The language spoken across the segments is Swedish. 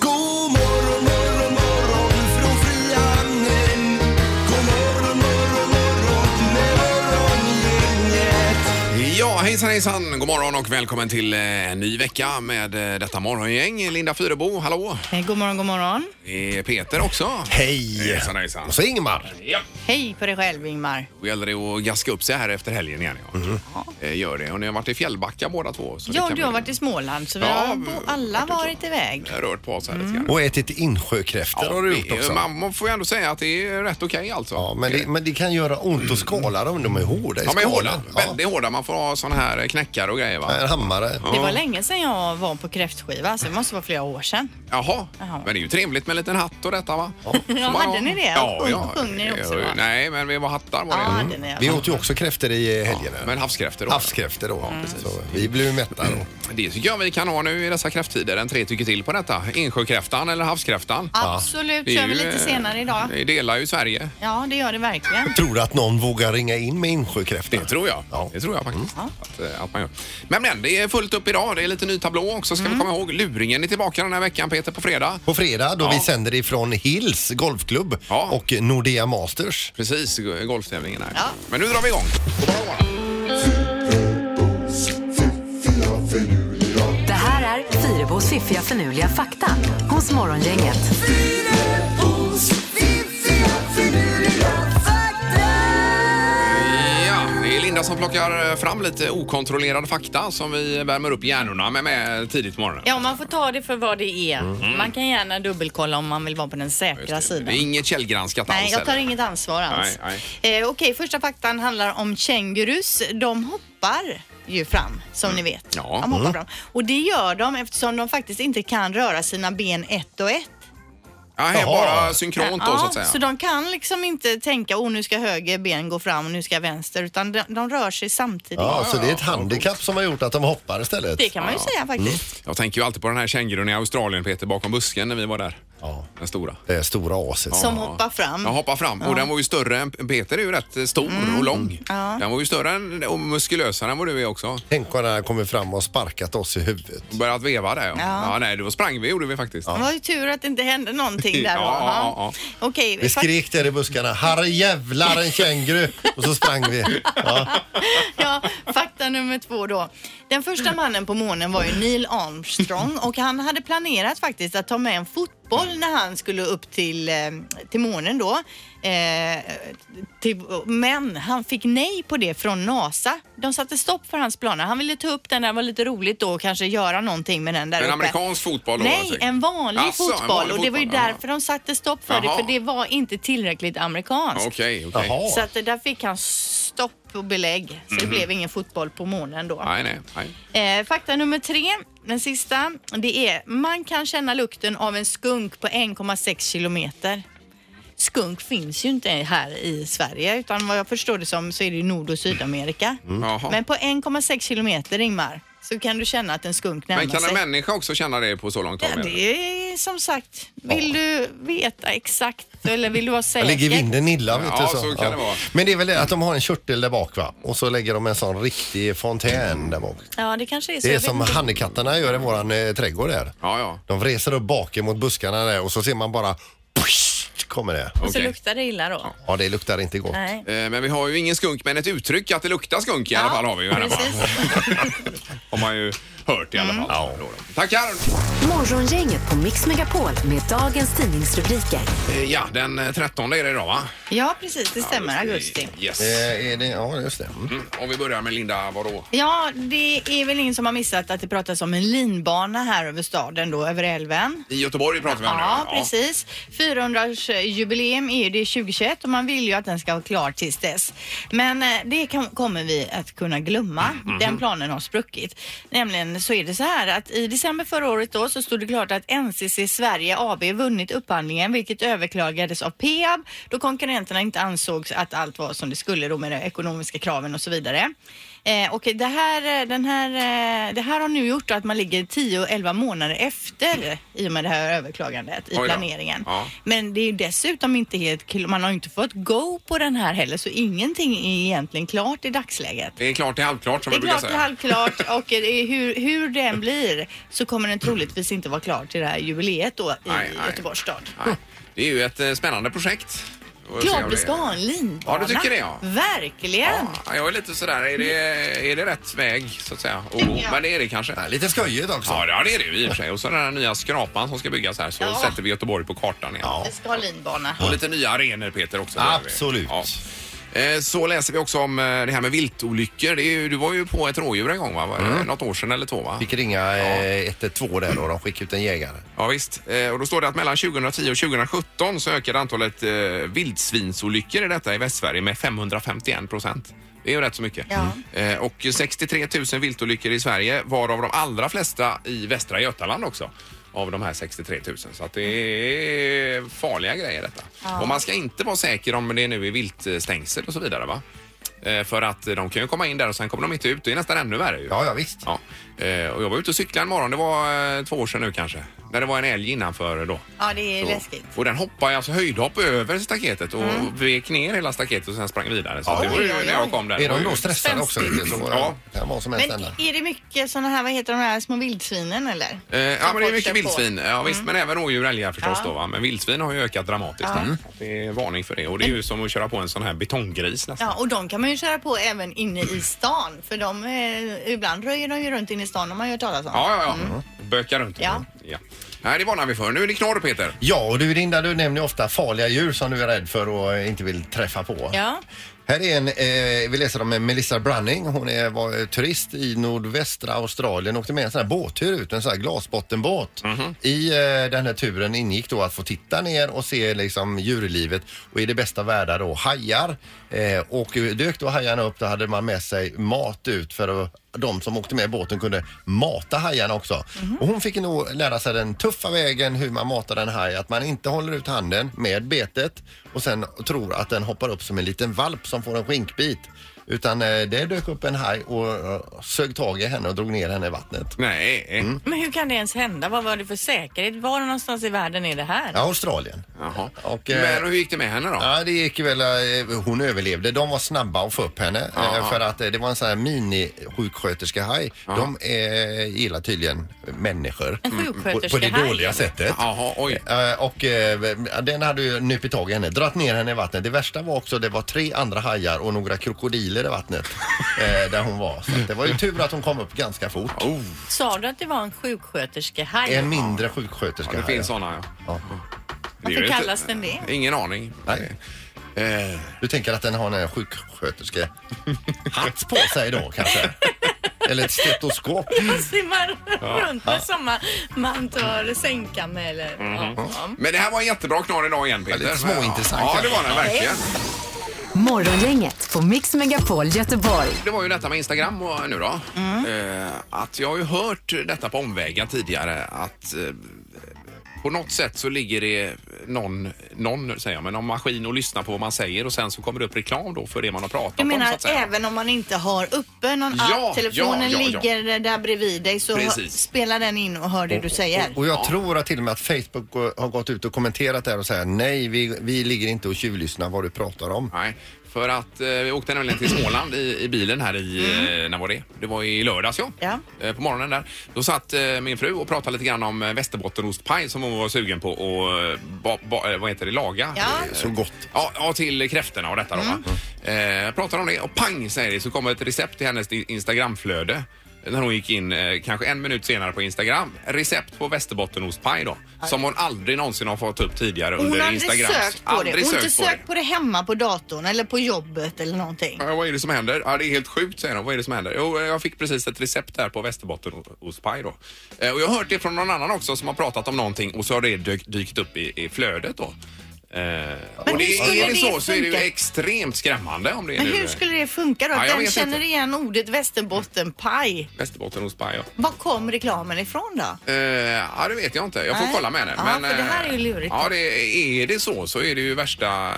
God morgon, morgon, morgon från Frihamnen. God morgon, morgon, morgon med morgongänget. Ja, hejsan hejsan, god morgon och välkommen till eh, en ny vecka med eh, detta morgongäng. Linda Fyrebo, hallå! Eh, God morgon, god morgon. Det är Peter också. Hej! Hejsan hejsan. Och så Ingmar. Hej på dig själv Ingmar. Då gäller det att gaska upp sig här efter helgen igen. Ja. Mhm. Eh, Gör det. Och ni har varit i Fjällbacka båda två. Så det Ja, kan du vi- har varit i Småland så vi Ja, har bo- alla varit iväg. Rört på oss här lite grann. Och ätit insjökräftor Mm. har du det gjort är- också. Man man får ju ändå säga att det är rätt okej alltså. Ja, men, det, men det kan göra ont att skala dem. De är hårda i De är hårda. skalen. Väldigt hårda. Man får ha såna här knäckar och grejer Ja, va? en hammare. Det var länge sedan jag var på kräftskiva så det måste vara flera år sedan. Jaha, Jaha. men det är ju trevligt med en liten hatt och detta va? Ja, hade ni det? Och sjöng ni också, va? Nej, men vi var hattar var Ja, det. Mm. hade ni. Vi åt ju också kräftor i eh, helgen. Men havskräftor då? Mm. Havskräftor då. så vi blev ju mätta då. Det tycker jag vi kan ha nu i dessa kräfttider. En tre tycker till på detta. Insjökräftan eller havskräftan. Absolut, Det är kör vi ju, eh, lite senare idag. Det delar ju Sverige. Ja, det gör det verkligen. Tror du att någon vågar ringa in med Det insjökräftor? tror jag. Ja. Mm. Det tror jag faktiskt. Att, eh, att man gör. Men, men det är fullt upp idag. Det är lite ny tablå också Mm. ska vi komma ihåg. Luringen är tillbaka den här veckan Peter på fredag. På fredag då Ja. vi sänder ifrån Hills golfklubb Ja. och Nordea Masters. Precis, go- golftävlingen här. Ja. Men nu drar vi igång. God morgon, god morgon. Det här är Fyrabos fiffiga förnuliga fakta hos Morgongänget. Fyrabos fiffiga finurliga fakta. Ja, det är Linda som plockar eh, fram lite okontrollerade fakta som vi värmer upp hjärnorna med, med tidigt på morgonen. Ja, man får ta det för vad det är. Man kan gärna dubbelkolla om man vill vara på den säkra Mhm. Just det. sidan. det är inget källgranskat Nej, alls. jag tar eller? inget ansvar alls. Nej, Eh, Okej, första faktan handlar om kängurus. De hoppar ju fram, som ni vet. Mm. Ja. De hoppar fram. Och det gör de eftersom de faktiskt inte kan röra sina ben ett och ett. Ja, här är Jaha. bara synkront då så att säga. så de kan liksom inte tänka, oh nu ska höger ben gå fram och nu ska vänster, utan de, de rör sig samtidigt. Ja, så det är ett handikapp som har gjort att de hoppar istället. Det kan man ju säga faktiskt. Jag tänker ju alltid på den här kängurun i Australien, Peter, bakom busken när vi var där. Ja. Den stora. Det är stora aset. Som hoppar fram. Mm. Jag hoppar fram och den var ju större än Peter är ju rätt stor och lång. Ja. Den var ju större än, och muskulösare än vad du är också. Tänk vad den här kommer fram och sparkat oss i huvudet. Börjat veva där ja. Ja. ja. nej, då sprang vi gjorde vi faktiskt. Det var ju tur att det inte hände någonting där då. Ja, ja, Ja. Okej, Vi fak- skrek där i buskarna, herre jävlar en känguru! Och så sprang vi. Ja. Ja, fakta nummer två då. Den första mannen på månen var ju Neil Armstrong och han hade planerat faktiskt att ta med en fotboll när han skulle upp till, eh, till månen då. Eh, till, men han fick nej på det från NASA. De satte stopp för hans planer. Han ville ta upp den, det var lite roligt då och kanske göra någonting med den där En uppe. amerikansk fotboll då? Nej, säkert. en vanlig Jaså, en fotboll. vanlig och det var ju fotboll, jaha. därför de satte stopp för Jaha. det, för det var inte tillräckligt amerikanskt. Okej, okej. Jaha. Så att det där fick han stopp och belägg. Mhm. Så det blev ingen fotboll på månen då. Nej, nej, nej. Eh, fakta nummer tre, den sista. Det är man kan känna lukten av en skunk på 1,6 kilometer. Skunk finns ju inte här i Sverige utan vad jag förstår det som så är det i Nord och Sydamerika. Mm. Jaha. Men på 1,6 kilometer Ingmar så kan du känna att en skunk närmar Men kan en sig. människa också känna det på så långt Ja, håll? det är som sagt, vill du veta exakt eller vill du vara säker? Jag ligger vinden illa vet Ja, du. så kan det vara. Men det är väl det att de har en körtel där bak va? Och så lägger de en sån riktig fontän där bak. Ja, det kanske är så. Det är jag vet som inte. hannekatterna gör i våran eh, trädgård där. Ja, ja. De reser upp baken mot buskarna där och så ser man bara pssst, kommer det. Och så Okej. luktar det illa då. Ja, det luktar inte gott. Nej. Eh, Men vi har ju ingen skunk, men ett uttryck att det luktar skunk i alla fall har vi ju. i alla fall. precis. Mm. har man ju hört i alla fall. Ja. Då, då. Tackar! Morgongänget på Mix Megapol med dagens tidningsrubriker. Eh, Ja, den eh, 13 är det idag va? Ja, precis. Det stämmer. Augusti. Yes. Eh, är det, ja, just det. Mm. Mm, Om vi börjar med Linda, vadå? Ja, det är väl ingen som har missat att det pratas om en linbana här över staden då, över älven. I Göteborg pratar vi om Ja, nu. precis. 400-årsjubileum är ju det 2021 och man vill ju att den ska vara klar tills dess. Men eh, det kan, kommer vi att kunna glömma. Den planen har spruckit. Nämligen så är det så här att i december förra året då så stod det klart att NCC Sverige AB vunnit upphandlingen vilket överklagades av Peab då konkurrenterna inte ansågs att allt var som det skulle då med de ekonomiska kraven och så vidare. Eh, och det här, eh, den här, eh, det här har nu gjort att man ligger 10-11 månader efter i och med det här överklagandet i Oj då. planeringen. Ja. Men det är ju dessutom inte helt kl- man har ju inte fått go på den här heller så ingenting är egentligen klart i dagsläget. Det är klart till halvklart som Det vi är brukar klart till säga. halvklart och eh, det är hur, hur det än blir så kommer den troligtvis inte vara klar till det här jubileet då i Nej, nej. Göteborgs stad. Nej. Det är ju ett eh, spännande projekt. Och se om Klart det- vi ska ha en linbana. Ja, du tycker det, ja. Verkligen. Ja, jag är lite sådär, är det, är det rätt väg så att säga? Och, Tycker jag. men det är det kanske. Ja, lite skojigt också. Ja, det- ja, det är det ju i och för sig. Och så den här nya skrapan som ska byggas här så Ja. sätter vi Göteborg på kartan igen. Vi ska ha linbana. Och lite nya arenor Peter också. Absolut. Ja. Eh, Så läser vi också om eh, det här med viltolyckor. Det är ju, du var ju på ett rådjur en gång va? Var det Något år sedan eller två va? Fick ringa eh, 112 där då. De skickade ut en jägare. Ja visst. Eh, Och då står det att mellan 2010 och 2017 så ökade antalet eh, vildsvinsolyckor i detta i Västsverige med 551 procent. Det är ju rätt så mycket. Ja. Eh, Och 63 000 viltolyckor i Sverige varav de allra flesta i Västra Götaland också av de här 63 000. Så att det är farliga grejer detta. Och man ska inte vara säker om det nu är viltstängsel och så vidare va? Eh, För att de kan ju komma in där och sen kommer de inte ut. Det är nästan ännu värre ju. Ja, ja visst. Ja, eh, och jag var ute och cyklade en morgon, det var eh, två år sedan nu kanske, när det var en älg innanför då. Ja, det är Så- läskigt. Mm. Och den hoppade alltså höjdhopp över staketet och vek ner hela staketet och sen sprang vidare. Så Ja. det var ju Oj, oj, oj. när jag kom där. Är Det var de ju- då stressade också lite så Ja. ja. kan vad som helst Men hända. är det mycket sådana här, vad heter de här små vildsvinen eller? Eh, ja, Som men det är folk mycket kör på. Mm. vildsvin. Ja, visst, men även rådjur och älgar förstås Ja. då. Va? Men vildsvin har ju ökat dramatiskt. nu. Det är varning för det. Och det är ju som att köra på en sån här betonggris nästan. Ja, och de kan man ju köra på även inne i stan. För de, eh, ibland röjer de ju runt inne i stan om man gör talas om. Ja, ja, ja. Bökar runt. Mm. Ja. ja. Nej, det varnar vi för. Nu är det knorr, Peter. Ja, och du Linda, du nämner ju ofta farliga djur som du är rädd för och eh, inte vill träffa på. Ja. Här är en, eh, vi läser om en Melissa Brunning. Hon är, var eh, turist i nordvästra Australien och åkte med en sån här båttur ut, en sån här glasbottenbåt. Mhm. I eh, den här turen ingick då att få titta ner och se liksom djurlivet och i det bästa världar då hajar. Eh, och eh, dök då hajarna upp, då hade man med sig mat ut för att de som åkte med båten kunde mata hajarna också. Och hon fick nog lära sig den tuffa vägen hur man matar en haj. Att man inte håller ut handen med betet och sen tror att den hoppar upp som en liten valp som får en skinkbit. Utan eh, det dök upp en haj och eh, sög tag i henne och drog ner henne i vattnet. Nej. Mm. Men hur kan det ens hända? Vad var det för säkerhet? Var någonstans i världen är det här? Ja, Australien. Jaha. Och, eh, men hur gick det med henne då? Ja, det gick ju väl, eh, hon överlevde. De var snabba att få upp henne Ja. eh, för att eh, det var en sån här mini-sjuksköterskehaj. De eh, gillar tydligen människor. Mm. En På, på det sjuksköterskehaj? dåliga sättet. Jaha, oj. Eh, Och eh, den hade ju nypit tag i henne, dratt ner henne i vattnet. Det värsta var också det var tre andra hajar och några krokodiler i vattnet eh, där hon var. Så att det var ju tur att hon kom upp ganska fort. Oh, Sa du att det var en sjuksköterskehaj? En mindre ja, sjuksköterska. det finns Mm. såna ja. Ja. Det är ju Varför inte- kallas den det? Ingen aning. Nej. Eh, Du tänker att den har en eh, sjuksköterske hatt på sig då kanske? Eller ett stetoskop? Man simmar runt med samma mantör, sänka med eller... Mhm. Ja. Men det här var en jättebra knorr idag igen Peter. Ja, lite småintressant Ja, det kanske. var den verkligen. Morgongänget på Mix Megapol Göteborg. Det var ju detta med Instagram och nu då. Mm. Eh, att jag har ju hört detta på omvägar tidigare att eh, på något sätt så ligger det någon, någon säger jag, men någon maskin och lyssnar på vad man säger och sen så kommer det upp reklam då för det man har pratat Du menar om så att att säga. även om man inte har uppe någon Ja, app, telefonen ja, ja, ja. ligger där bredvid dig så Precis. spelar den in och hör det du säger. Och jag tror att till och med att Facebook eh, har gått ut och kommenterat det här och säger nej, vi, vi ligger inte och tjuvlyssnar vad du pratar om. Nej, för att eh, vi åkte nämligen till Småland i, i bilen här i, eh, när var det? Det var i lördags ja. Mm. Ja. Eh, på morgonen där. Då satt eh, min fru och pratade lite grann om eh, västerbottenostpaj som hon var sugen på och eh, ba, ba, eh, vad heter det, laga. Ja. Mm. Eh, Så gott. Ja, ja, till kräftorna och detta då va. Eh, pratar om det och pang säger det så kommer ett recept i hennes i- Instagramflöde. När hon gick in eh, kanske en minut senare på Instagram. Recept på västerbottenostpaj då. Som hon aldrig någonsin har fått upp tidigare Hon under har aldrig Instagram. sökt på det. Hon har inte sökt på det hemma på datorn eller på jobbet eller någonting. Ja, vad är det som händer? Ja, det är helt sjukt, säger de. Vad är det som händer? Jo, eh, jag fick precis ett recept här på västerbottenostpaj då. Eh, Och jag har hört det från någon annan också som har pratat om någonting och så har det dyk, dykt upp i, i flödet då. Eh, och det, skulle är det det så så är det ju funka? extremt skrämmande om det är Men nu hur skulle det funka då? Ja, Att jag Den vet känner inte. igen ordet västerbottenpaj. eh, västerbottenostpaj. Ja. Var kom reklamen ifrån då? Eh, ja, det vet jag inte. Jag får Nej. kolla med henne. Ja, för det här eh, är ju lurigt. Ja, det, är det så så är det ju värsta, eh,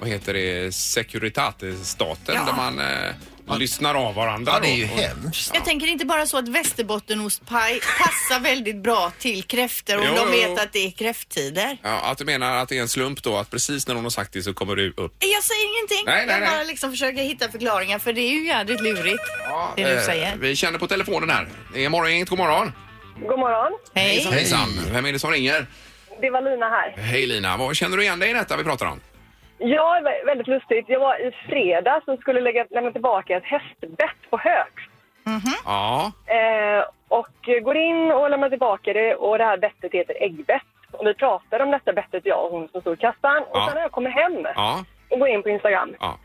vad heter det, Securitate-staten Ja. där man eh, lyssnar av varandra. Ja, det är ju då. hemskt. Jag tänker inte bara så att västerbottenostpaj passar väldigt bra till kräftor om Jo, de jo. vet att det är kräfttider. Ja, att du menar att det är en slump då att precis när hon har sagt det så kommer du upp. Jag säger ingenting. Nej, nej, jag nej. bara liksom försöker hitta förklaringar för det är ju jädrigt lurigt det du Eh, säger. Vi känner på telefonen här. Det är morgongänget, god morgon. God morgon. Hej. Hejsan. Vem är det som ringer? Det var Lina här. Hej Lina, vad känner du igen dig i detta vi pratar om? Ja, det var väldigt lustigt. Jag var i fredags och skulle lägga, lämna tillbaka ett hästbett på Höök. Ja, Eh, och går in och lämnar tillbaka det och det här bettet heter äggbett. Och vi pratade om detta bettet, jag och hon som stod i kassan. Och Ja. sen när jag kommer hem ja, och går in på Instagram ja.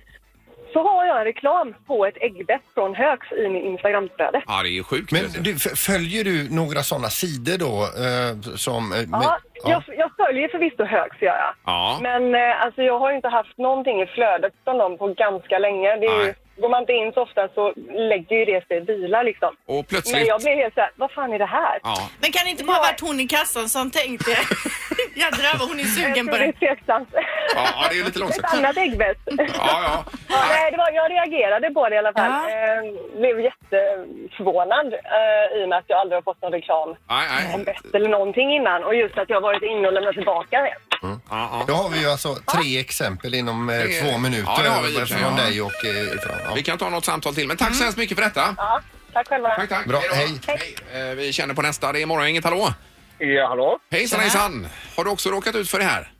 så har jag en reklam på ett äggbett från Hööks i min Instagramflöde. Ja, det är ju sjukt. Men du, f- följer du några sådana sidor då? Eh, som, eh, med- Ja, jag, jag följer förvisto Hööks gör jag. Ja. Men eh, alltså, jag har ju inte haft någonting i flödet från dem på ganska länge. Det är ju, går man inte in så ofta så lägger ju det sig i bilar liksom. Och plötsligt... Men jag blev helt såhär, vad fan är det här? Ja, Men kan det inte bara varit hon i kassan som tänkte jädrar vad hon är jag sugen tror på det är det. tveksamt. ja, ja, det är lite långsamt. Ett annat äggbett. Ja, Ja, ja. nej, det var, jag reagerade på det i alla fall. Ja. Eh, blev jätteförvånad eh, i och med att jag aldrig har fått någon reklam Nej, nej. om bett eller någonting innan. Och just att jag varit inne och lämnat tillbaka det. Ja, Då har vi ju alltså tre exempel inom eh, Det- två minuter Ja, det har vi i och för sig, från ja. dig och... Eh, ifrån, ja. ja. Vi kan ta något samtal till, men tack så hemskt mycket för detta. Mm. Ja, tack själva. Tack, tack. Bra, då. hej. Eh, Vi känner på nästa. Det är morgongänget, hallå? Ja, hallå? Hejsan, hejsan. Har du också råkat ut för det här?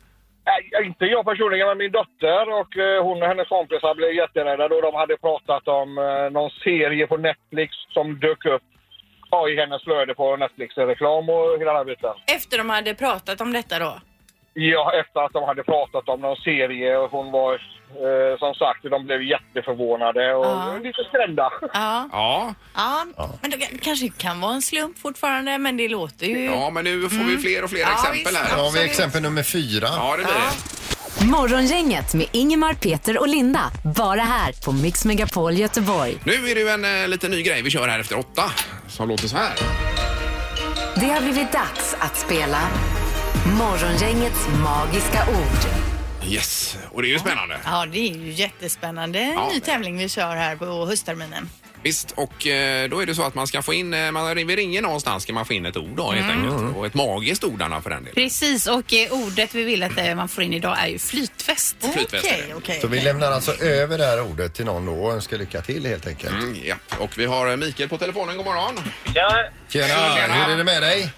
Nej, inte jag personligen, men min dotter och eh, hon och hennes kompisar blev jätterädda då de hade pratat om eh, någon serie på Netflix som dök upp ja, i hennes flöde på Netflix-reklam och hela den här biten. Efter de hade pratat om detta då? Ja, efter att de hade pratat om någon serie och hon var eh, som sagt, de blev jätteförvånade och Ja. lite skrämda. Ja, Ja. ja, men det kanske kan vara en slump fortfarande men det låter ju... Ja, men nu får vi fler och fler Mm. Ja, exempel visst. här. Då har vi absolut. exempel nummer fyra. Ja, det blir det. Morgongänget med Ingemar, Peter och Linda. Bara här på Mix Megapol Göteborg. Nu är det ju en eh, liten ny grej vi kör här efter åtta som låter så här. Det har blivit dags att spela Morgongängets magiska ord. Yes, och det är ju spännande. Ja, det är ju jättespännande. En Ja, ny det- tävling vi kör här på höstterminen. Visst, och eh, då är det så att man ska få in, eh, man vi ringer någonstans ska man få in ett ord då helt Mm. enkelt. Och ett magiskt ord Anna, för den delen. Precis, och eh, ordet vi vill att eh, man får in idag är ju flytväst. Flytväst är det. Okej, okej. Så vi lämnar alltså över det här ordet till någon då och önskar lycka till helt enkelt. Mm, ja. Och vi har eh, Mikael på telefonen, god morgon. Ja, Tjena, Tjena. hur är det med dig?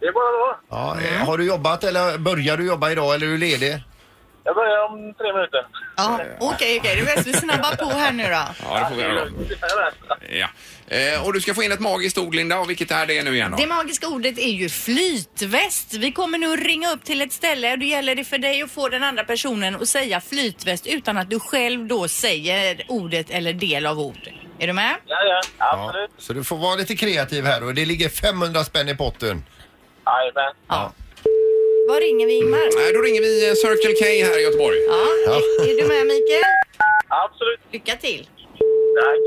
det är bara bra. Ja, eh, Har du jobbat eller börjar du jobba idag eller är du ledig? Jag börjar om tre minuter. Ja, okej, okej. Det är bäst vi snabbar på här nu då. Ja, det får vi göra då. Ja. Eh, och du ska få in ett magiskt ord Linda, och vilket är det nu igen då? Det magiska ordet är ju flytväst. Vi kommer nu ringa upp till ett ställe och då gäller det för dig att få den andra personen att säga flytväst utan att du själv då säger ordet eller del av ord. Är du med? Ja, ja, Ja. Så du får vara lite kreativ här och det ligger 500 spänn i potten. Jajamän. Var ringer vi Ingmar? Eh, då ringer vi eh, Circle K här i Göteborg. Ja, är, är du med Mikael? Absolut. Lycka till. Tack.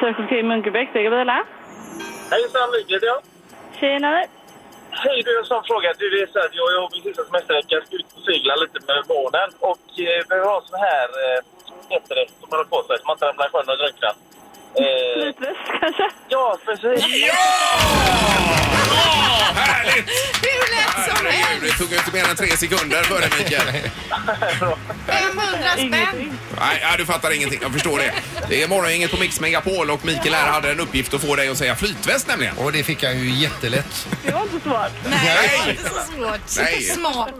Circle K Munkebäck, det är bilar. Hejsan, Mikael ja. Tjenare. Hej, du har en sån fråga. Du, det är så att jag och min sista semestervecka ska ut och segla lite med barnen. Och eh, vi har sån här, eh, vad heter det, som man har på sig så man inte ramlar i sjön och drunknar. Eh, Flytväst kanske? ja, precis. Härligt! Hur lätt som Herregud, helst! det tog ju inte mer än tre sekunder för dig Mikael. 500 spänn! Nej, ja, du fattar ingenting, jag förstår det. Det är morgongänget på Mix Megapol och Mikael här hade en uppgift att få dig att säga flytväst nämligen. Och det fick jag ju jättelätt. Det var inte svårt. Nej, det var Nej. inte så svårt. Nej. Smart.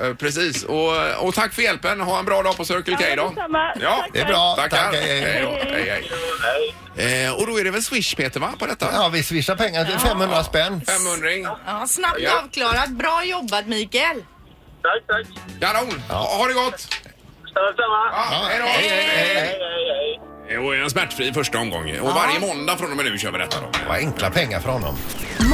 Eh, eh, precis, och, och tack för hjälpen. Ha en bra dag på Circle K då. Ja, Det är bra. Tackar. Tack, hej, hej. Hej då. Hej, hej. Eh, och då är det väl Swish Peter va, på detta? Ja, vi swishar pengar till 500 spänn. 500 Ja, snabbt Ja. avklarat. Bra jobbat Mikael! Tack, tack. Kanon! Ha ha det gott! Detsamma. Ja, hej då! Hej, hej, hej. Eh, Och en smärtfri första omgång. Och varje måndag från och med nu kör vi detta då. Vad enkla pengar för honom.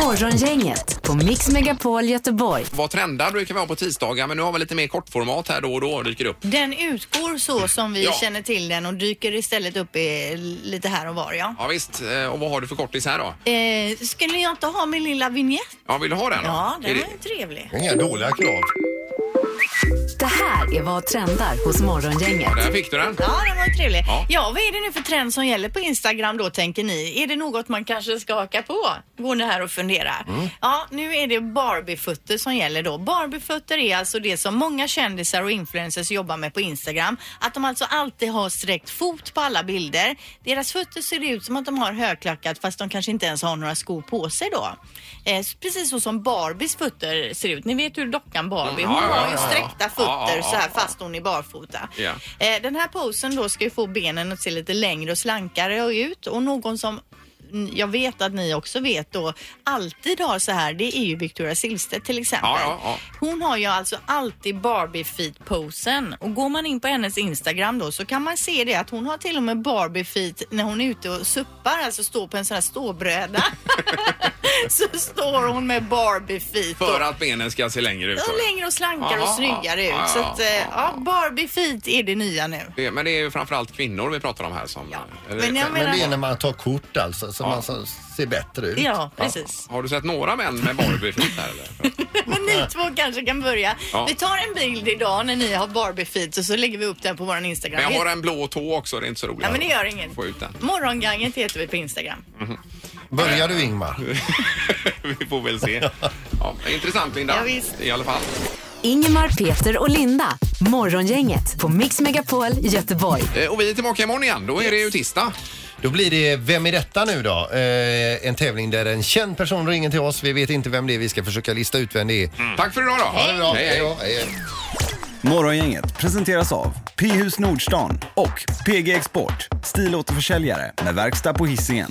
Morgongänget på Mix Megapol Göteborg. Vad trendar brukar vi ha på tisdagar men nu har vi lite mer kortformat här då och då dyker det upp. Den utgår så som vi Ja. känner till den och dyker istället upp i, lite här och var ja. Ja visst, Eh, och vad har du för kortis här då? Eh, skulle jag inte ha min lilla vignett? Ja, vill du ha den då? Ja, den Är var det- ju trevlig. Inga dåliga krav. Det här är vad trendar hos Morgongänget. Där fick du den. Ja, den var ju trevlig. Ja. vad är det nu för trend som gäller på Instagram då tänker ni? Är det något man kanske ska haka på? Går ni här och funderar? Mm. Ja, nu är det Barbiefötter som gäller då. Barbiefötter är alltså det som många kändisar och influencers jobbar med på Instagram. Att de alltså alltid har sträckt fot på alla bilder. Deras fötter ser ut som att de har högklackat fast de kanske inte ens har några skor på sig då. Eh, precis så som Barbies fötter ser ut. Ni vet hur dockan Barbie, Mm, hon ja, ja, har ju ja, ja. sträckta Ja, fötter ja, så här ja. fast hon är barfota. Ja. Eh, Den här posen då ska ju få benen att se lite längre och slankare ut och någon som mm, jag vet att ni också vet då alltid har så här, det är ju Victoria Silvstedt till exempel. Ja, ja, ja. Hon har ju alltså alltid Barbie feet posen och går man in på hennes Instagram då så kan man se det att hon har till och med Barbie feet när hon är ute och suppar, alltså står på en sån här ståbräda. så står hon med Barbie feet. då. För att benen ska se längre ut. Ja, längre och slankare och Ja, snyggare ja, ut. ja, så att, eh, ja, ja, Barbie feet är det nya nu. Det- Men det är ju framförallt kvinnor vi pratar om här som... eh, eller- men jag Men menar- det är när man tar kort alltså, så man så, ser bättre ut. Ja, precis. Har du sett några män med Barbie-feet här eller? Men ni två kanske kan börja. Ja. Vi tar en bild idag när ni har Barbie feet och så lägger vi upp den på vår Instagram. Men jag har en blå tå också, det är inte så roligt. Ja, men det gör att inget. Få ut den. Morgonganget heter vi på Instagram. Börjar du Ingmar? Vi får väl se. Ja, intressant Linda. Ja, visst. I alla fall. Ingemar, Peter och Linda. Morgongänget på Mix Megapol Göteborg. Eh, Och vi är tillbaka imorgon igen. Då är det ju tisdag. Då blir det Vem är detta nu då? Eh, en tävling där en känd person ringer till oss. Vi vet inte vem det är. Vi ska försöka lista ut vem det är. Mm. Tack för idag då. Ha det bra. Hej, hej. då. hej. Morgongänget presenteras av P-hus Nordstan och PG Export, stilåterförsäljare med verkstad på Hisingen.